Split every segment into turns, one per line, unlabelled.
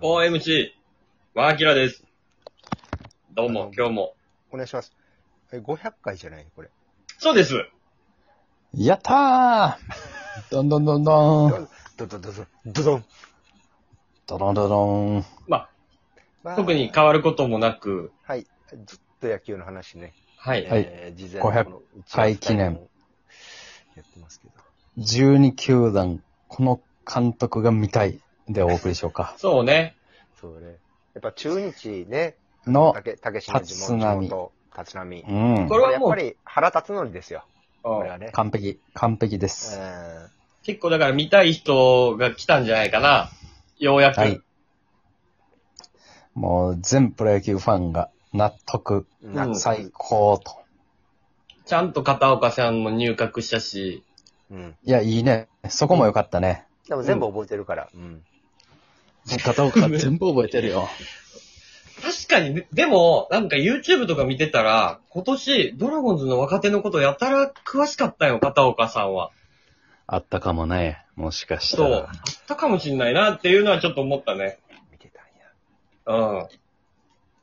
OMG、ワーキラです。どうも、今日も。
お願いします。え、500回じゃないこれ。
そうです。
やったーどんどんどんどん。
ドドドドン、ドドン。
ドロンドロン。
ま
ま
あ、
あ
特に。変わることもなく、
はい。ずっと野球の話ね。
はい。。
はい
えー事前のこの
500回記念。
やってますけど。
12球団、この監督が見たい。でお送りしようか
そうね。
そうね。やっぱ中日ね、
の、
たけ、たけしの地元、
立浪
地元立浪。
うん
こ。れは
やっ
もう
ぱり原辰徳ですよ。これは
うん
ね。
完璧、完璧です。
うん
結構だから見たい人が来たんじゃないかな。ようやく。
はい。もう、全プロ野球ファンが納得、
うん
最高と。
ちゃんと片岡さんも入閣したし、
うん。
いや、いいね。そこもよかったね。
でも全部覚えてるから。うん。
片岡全部覚えてるよ。
確かにね、でも、なんか YouTube とか見てたら、今年、ドラゴンズの若手のことやたら詳しかったよ、片岡さんは。
あったかもね。もしかし
そう。あったかもしんないなっていうのはちょっと思ったね。
見てたんや。
うん。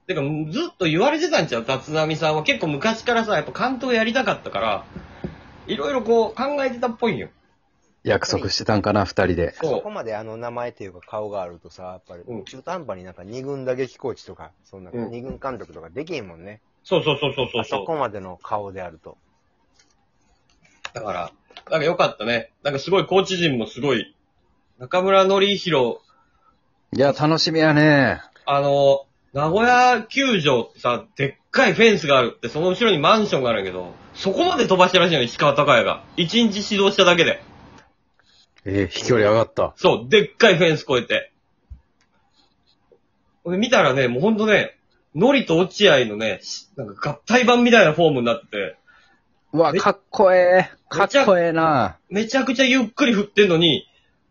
てか、ずっと言われてたんちゃう立浪さんは結構昔からさ、やっぱ監督やりたかったから、いろいろこう考えてたっぽいんよ。
約束してたんかな、二人で。
そ
そうこ。まであの名前というか顔があるとさ、やっぱり
うん
中途半端になんか二軍打撃コーチとか、そんな
うん
二軍監督とかできへんもんね。
そうそうそうそうそう
あそこまでの顔であると。
だから、なんか良かったね。なんかすごいコーチ陣もすごい、中村則弘、
いや、楽しみやね。
あの、名古屋球場ってさ、でっかいフェンスがあるって、その後ろにマンションがあるんやけど、そこまで飛ばしてるらしいのよ、石川隆也が。一日指導しただけで。
えー飛距離上がった。
そう、でっかいフェンス越えて。俺見たらね、もうほんとね、ノリと落合のね、しなんか合体版みたいなフォームになってて、
うわ、
め
かっこええ。かっこええな。
めちゃくちゃゆっくり振ってんのに、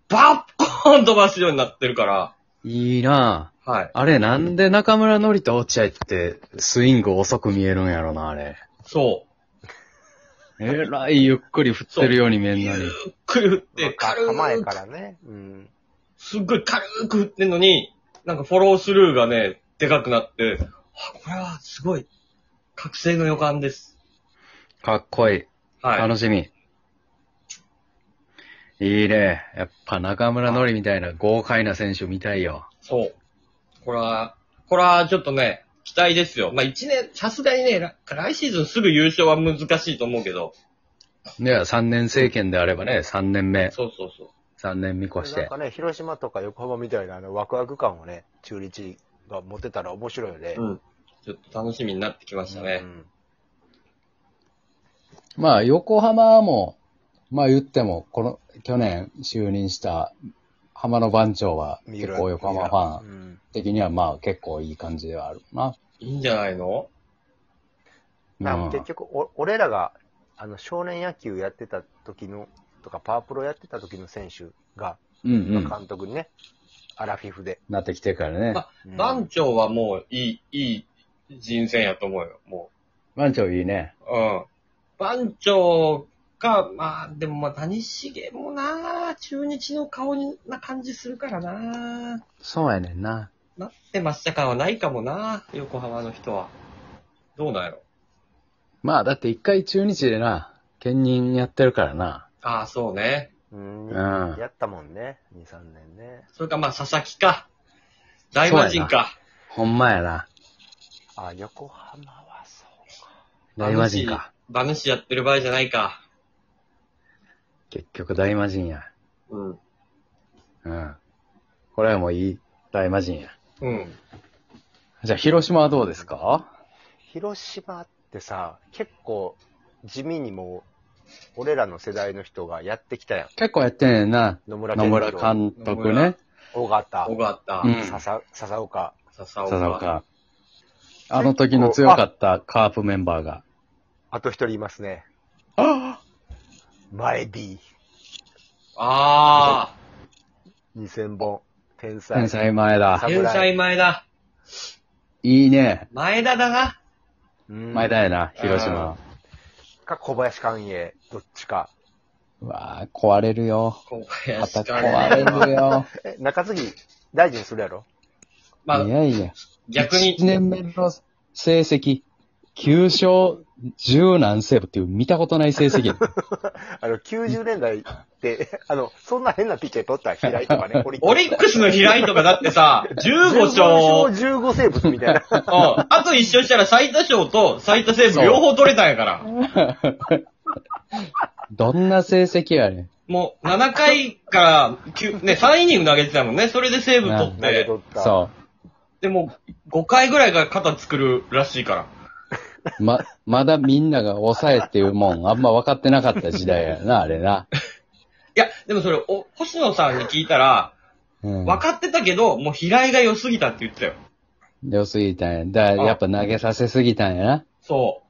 バッコーン飛ばすようになってるから、
いいな。
はい。
あれ、なんで中村のりと落合って、スイング遅く見えるんやろな、あれ。
そう。
えらいゆっくり振ってるように見えん
ゆっ
のに。
くり振って、
か
軽
構え
く
か、らね。うん。
すっごい軽く振ってんのに、なんかフォロースルーがね、でかくなって、あ、これはすごい、覚醒の予感です。
かっこいい。
はい。
楽しみ。いいね。やっぱ中村のりみたいな豪快な選手見たいよ。
そう。これは、これはちょっとね、期待ですよ。まあ、一年、さすがにね、ら来シーズンすぐ優勝は難しいと思うけど。
いや、3年政権であればね、3年目、
そうそうそう。
3年見越し
なん
て
か。ね、広島とか横浜みたいなあのワクワク感をね、中日が持てたら面白いよね。
うん。ちょっと楽しみになってきましたね。
ん
まあ、横浜も、まあ言っても、この、去年就任した浜野番長は、
三
結
浦
構横浜ファン
ン。
的にはまあ結構いい感じではあるな。
いいんじゃないの
うん、なん
うん
か結局お、俺らが、あの、少年野球やってた時の、とか、パワープロやってた時の選手が、
うんうん。
監督にね、アラフィフで。
なってきてからね
あ。
うん
番長はもういい、いい人選やと思うよ。も
番長いいね。
う。うん。番長か、まあ、でもまあ、谷繁もな、中日の顔にな感じするからな。
そうやねんな。
なってました感はないかもな、横浜の人は。どうなんやろ
まあだって一回中日でな、兼任やってるからな。
ああ、そうね。
うん
うん
やったもんね、2、3年ね。
それかまあ、佐々木か。大魔神か。
ほんまやな。
あ、横浜はそうか。
大魔神か。
馬主やってる場合じゃないか。
結局大魔神や。
うん。
うん。これはもういい大魔神や。
うん。
じゃあ広島はどうですか
広島ってさ、結構、地味にもう、俺らの世代の人がやってきたやん。
結構やってんねんな。
野村
野村
監
監督ね。
督。尾形、
小形、
うん
笹笹岡。
笹
佐々
岡。
岡。あの時の強かったカープメンバーが。
あと一人いますね。
あ
前 B。
あ
2000本。天才。
天才前だ
あ、
侍。
天才前田。
いいね。
前田だな。
うん
前だよな、広島。
か小林寛永。どっちか。
うわあ壊れるよ。
小
また
林か
壊れるよ。
え、中継ぎ、大事にするやろ
まあ
い、やいや。
逆に
1、年目の成績、9勝十何セーブっていう見たことない成績や。
あの、90年代って、 あの、そんな変なピッチャー取ったら平井とか ね、オリ
オリックスの平井とかだってさ、15
15
勝、うん。
勝15セーブみたい な。
あと一勝したら最多勝と最多セーブ両方取れたんやから。
どんな成績やねん。
もう、7回から、きゅね、3イニング投げてたもんね。それでセーブ取っ
投げ
て。
取った。
そ
でも、5回ぐらいから肩作るらしいから。
う。ま、まだみんなが抑えっていうもん、あんま分かってなかった時代やな、 あれな。
いや、でもそれ、お、星野さんに聞いたら、
うん。
分かってたけど、もう平井が良すぎたって言ってたよ。
良すぎたんや。だからやっぱ投げさせすぎたんやな。
そ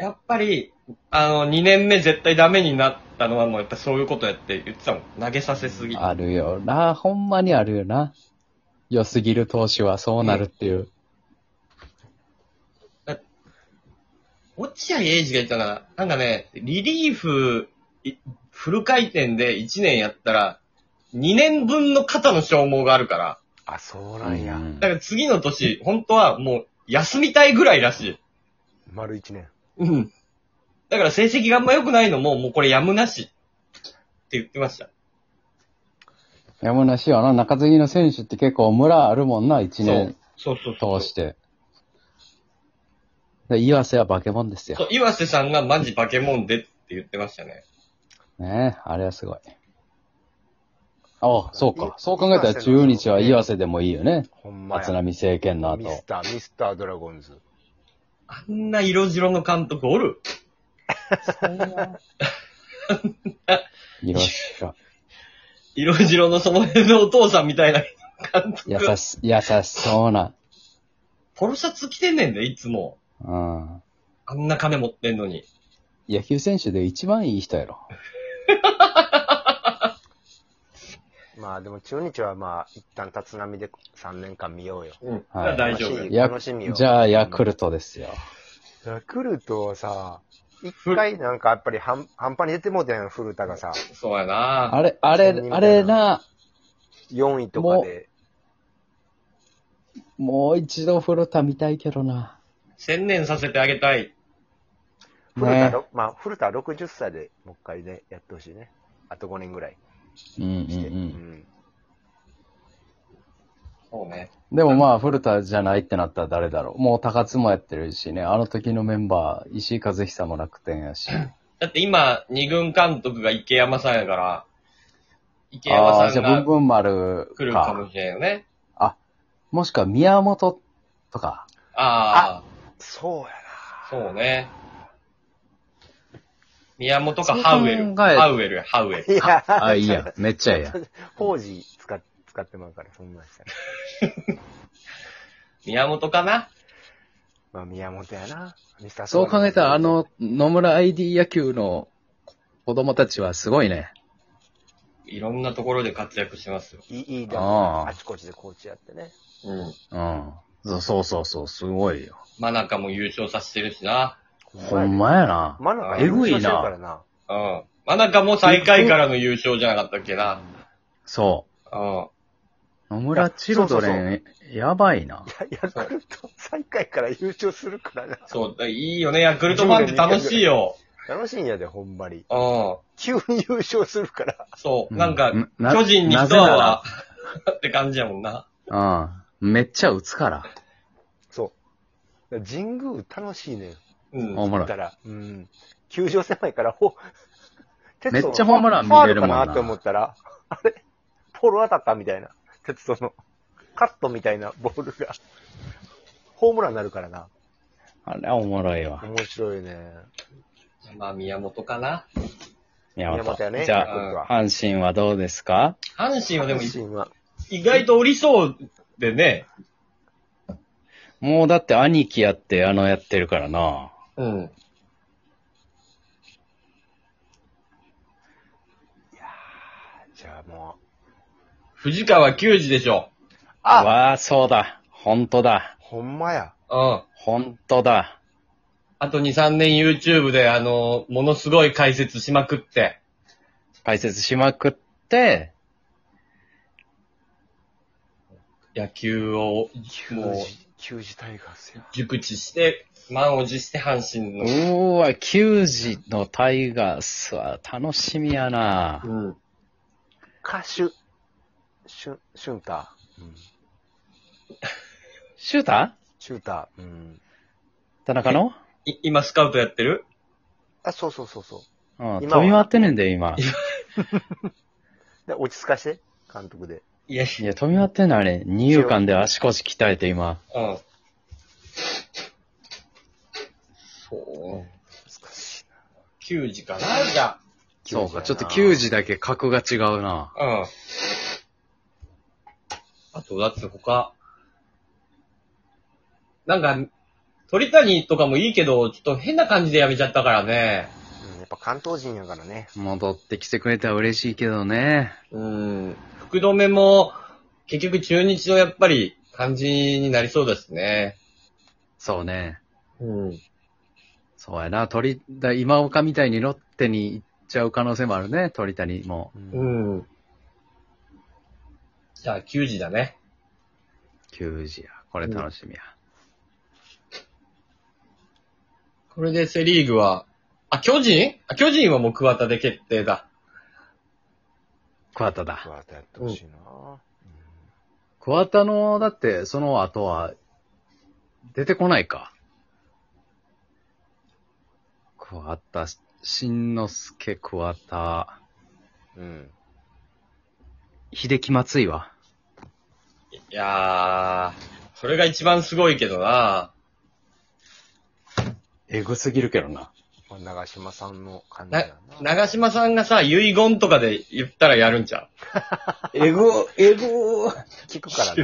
う。やっぱり、あの、2年目絶対ダメになったのはもうやっぱそういうことやって言ってたもん。投げさせすぎ。
あるよな。ほんまにあるよな。良すぎる投手はそうなるっていう。
落合英二が言ったかな。なんかね、リリーフ、いフル回転で1年やったら、2年分の肩の消耗があるから、
あ、そうなんや
う。ん
だから次の年、本当はもう休みたいぐらいらし
丸1年。
い。うん。だから成績があんま良くないのも、もうこれやむなしって言ってました。
山梨はな、中継ぎの選手って結構村あるもんな、一年
そうそうそう
通
そう。
して。で岩瀬は化け物ですよ
そ。う、岩瀬さんがマジ化け物でって言ってましたね。
ねえ、あれはすごい。ああ、そうか。そう考えたら中日は岩瀬でもいいよね。
ほんま
松
や。
波政権の
ミ
後
ス。ター、ミスタードラゴンズ。
あんな色白の監督おる
いろしろ。
色白のその辺のお父さんみたいな監督
優
が。
し、優しそうな。
ポロシャツ着てんねんで、いつも。
うん。
あんな金持ってんのに。
野球選手で一番いい人やろ。
まあでも中日はまあ、一旦立浪で3年間見ようよ。
うん。
はい
大丈夫
楽し。い
や
楽しみよ
じゃあ、ヤクルトですよ。
ヤクルトはさ、一回なんかやっぱり半半端に出てもうてん、古田がさ、
そうやな
あれ、あれ
そんなに、
あれな、
4位とかで。
もう一度古田見たいけどな。
専念させてあげたい。
古田
ね
ろ、まあ、古田は60歳でもう一回ね、やってほしいね。あと5年ぐらい
うんうんう
して。
ん。
そうね。
でもまあ、古田じゃないってなったら誰だろう。もう高津もやってるしね。あの時のメンバー、石井和久も楽天や し。
だって今、二軍監督が池山さんやから、池
ああ
山
ー、
さ
じ
ん
ゃあ、ブ
が
ンブン丸
来るか
か。
もしれんよね。
もしくは宮本とか。
あ
そうや
あ、そうね。宮本か
そう
ハウエル。
考え
ハウエルや、ハウエル。
な。いや、
あ、い いや。めっちゃいいや。
工事使っ使ってまうから、そんなんしたら。
宮本かな
まあ、宮本やな。ミスター
そう考えたら、あ
ソ
の、野村 ID 野球の子供たちはすごいね。
いろんなところで活躍してますよ。
ーマン、いい、いいだ
あ
あ
あ
あちこちでコーチやってね。
うん。
うん。そうそうそう、すごいよ。
真中も優勝させてるしな。
ほんまやな。
まだ
え
ぐいな
からな。
うん。真中も最下位からの優勝じゃなかったっけな。
そ
うん。
う。野村チルドレン、やばいな。
ヤクルト最下位から優勝するからな。
そう、だいいよね。ヤクルトファンって楽しいよ。
楽しいんやで、ほんまに。
うん。
急に優勝するから。
そう。
うん
なんか
うん、な
巨人に一
なぜな
泡
ら
って感じやもんな。
うん。めっちゃ打つから。
そう。神宮楽しいねん。
うん。
おもろい
だ。から、うん。球場狭いから、ほ、
めっちゃホームラン見れるもんな
ファウルかなと思ったら、あれポール当たったみたいな。鉄道の、カットみたいなボールが、ホームランになるからな。
あれはおもろいわ。
面白いね。
まあ、宮本かな。
宮
宮本やね。
じゃ
ヤ
あ、
クルトは
阪神はどうですか
阪神はでも
阪神は
意外とおりそうでね。
もうだって兄貴やって、あのやってるからな。
うん。
じゃあも
藤川球児でしょ。
う。あ
わあ、そうだ。本当だ。
ほんまや。
うん。
本当だ。
あと2、3年 YouTube で、あの、ものすごい解説しまくって。
解説しまくって、
野球をもう
球児タイガースや。
熟知して、満を持して阪神
う
の。
ーわ、球児のタイガースは楽しみやな。
うん。
歌手、シュ、シュンター。うん。
シュータ
シューター。うん。
ー田中の
い今スカウトやってる
あ、そうそうそうそう。
うん、
今は
飛び回ってねんで、今。い
で、落ち着かして、監督で。
いや、
や、飛び回ってんのあれ。二遊間で足腰鍛えて、今。
うん。そう。
難しい
球児かなじゃ
そうか、ちょっと球児だけ格が違うな。
あ。うん。あと、だって他、なんか、鳥谷とかもいいけど、ちょっと変な感じでやめちゃったからね。
うん、やっぱ関東人やからね。
戻ってきてくれたら嬉しいけどね。
うん。福留も、結局中日のやっぱり感じになりそうだしね。
そうね。
うん。
そうやな。鳥、だ今岡みたいにロッテに行っちゃう可能性もあるね。鳥谷も。
う
う。ん。じゃあ、球児だね。
球児や。これ楽しみや。
これでセリーグは、あ、巨人あ、巨人はもう桑田で決定だ。
桑田だ。
わやってほしいな、
桑田の、だって、その後は、出てこないか。桑田、しんのすけ、桑田、
うん。うん。
秀樹松井は。
いやー、それが一番すごいけどな
えぐすぎるけどな。
まあ、長島さんの感じ
な
や、な。
長島さんがさ、遺言とかで言ったらやるんちゃ
えぐ、えぐ
聞くから